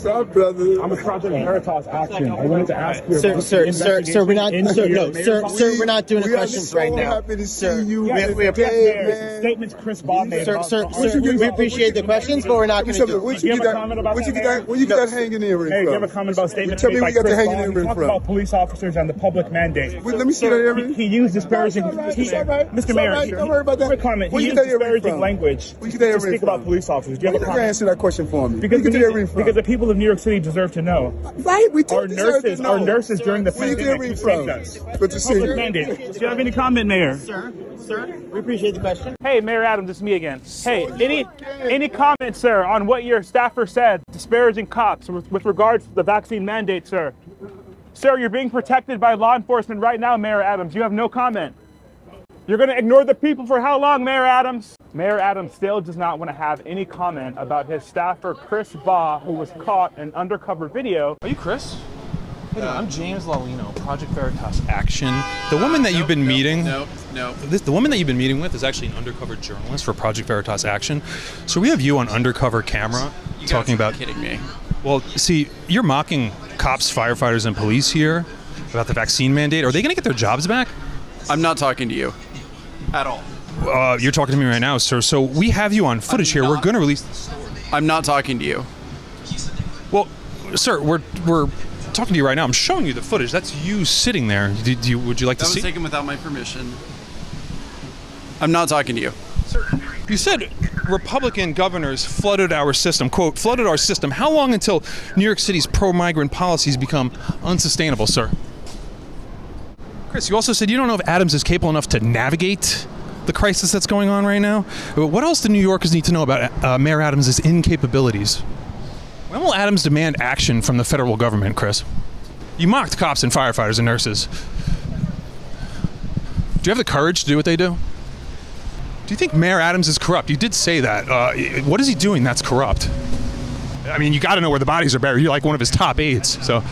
Proud brother. I'm a Project Veritas action. I wanted to ask you Sir, about sir, the sir, sir, we're not, investigation sir, into no, your sir, mayor's- sir, we're not doing We the are questions so right now. happy to see Sir, you we- Yeah, here we it's Jeff appreciate- Mayor's man. Statements Chris Bob made. Sir, about- sir, about- sir, we appreciate the questions, but we're Let not me going tell to you something. do it. Where'd you get Do you have a that? comment about Where'd you that, get that? man? Where'd you get No. that hanging earring Hey, do you have a from? comment about statements Tell me made where by you got the Chris hanging Bond? He earring talked from. about police officers and the public mandate. Wait, let me see that earring. He, he used disparaging. It's all right, he- it's all right, it's all Mr. Mayor, right, he- don't worry about that. quick comment. Where He you used get that earring disparaging from? language Where you get that to earring speak about from? police officers. Do You you have a gotta comment? answer that question for me. Because, Where you get we the need- earring from? because the people of New York City deserve to know. Right, we took Our nurses, our nurses during the Where you get pandemic who the saved earring us. from? Good to see Public you. mandate. Do you have any comment, Mayor? Sir, sir, we appreciate the question. Hey, Mayor Adams, it's me again. Hey, any any comment, sir, on what your staffer said disparaging cops with, with regards to the vaccine mandate, sir? Sir, you're being protected by law enforcement right now, Mayor Adams. You have no comment. You're going to ignore the people for how long, Mayor Adams? Mayor Adams still does not want to have any comment about his staffer, Chris Baugh, who was caught in undercover video Are you Chris? Hey, I'm James Lawino, Project Veritas Action. The woman that you've been meeting, No, no. this, the woman that you've been meeting with is actually an undercover journalist for Project Veritas Action. So we have you on undercover camera You gotta talking be about. kidding me. Well, see, you're mocking cops, firefighters, and police here about the vaccine mandate. Are they going to get their jobs back? I'm not talking to you at all. Uh, you're talking to me right now, sir. So we have you on footage here. We're not- going to release. This. I'm not talking to you. Well, sir, we're we're talking to you right now. I'm showing you the footage. That's you sitting there. Do, do you, would you like That to was see? taken without my permission. I'm not talking to you. You said Republican governors flooded our system. Quote, flooded our system. How long until New York City's pro migrant policies become unsustainable, sir? Chris, you also said you don't know if Adams is capable enough to navigate the crisis that's going on right now. But What else do New Yorkers need to know about uh, Mayor Adams' incapabilities? When will Adams demand action from the federal government, Chris? You mocked cops and firefighters and nurses. Do you have the courage to do what they do? Do you think Mayor Adams is corrupt? You did say that. Uh, what is he doing that's corrupt? I mean, you got to know where the bodies are buried. You're like one of his top aides. So,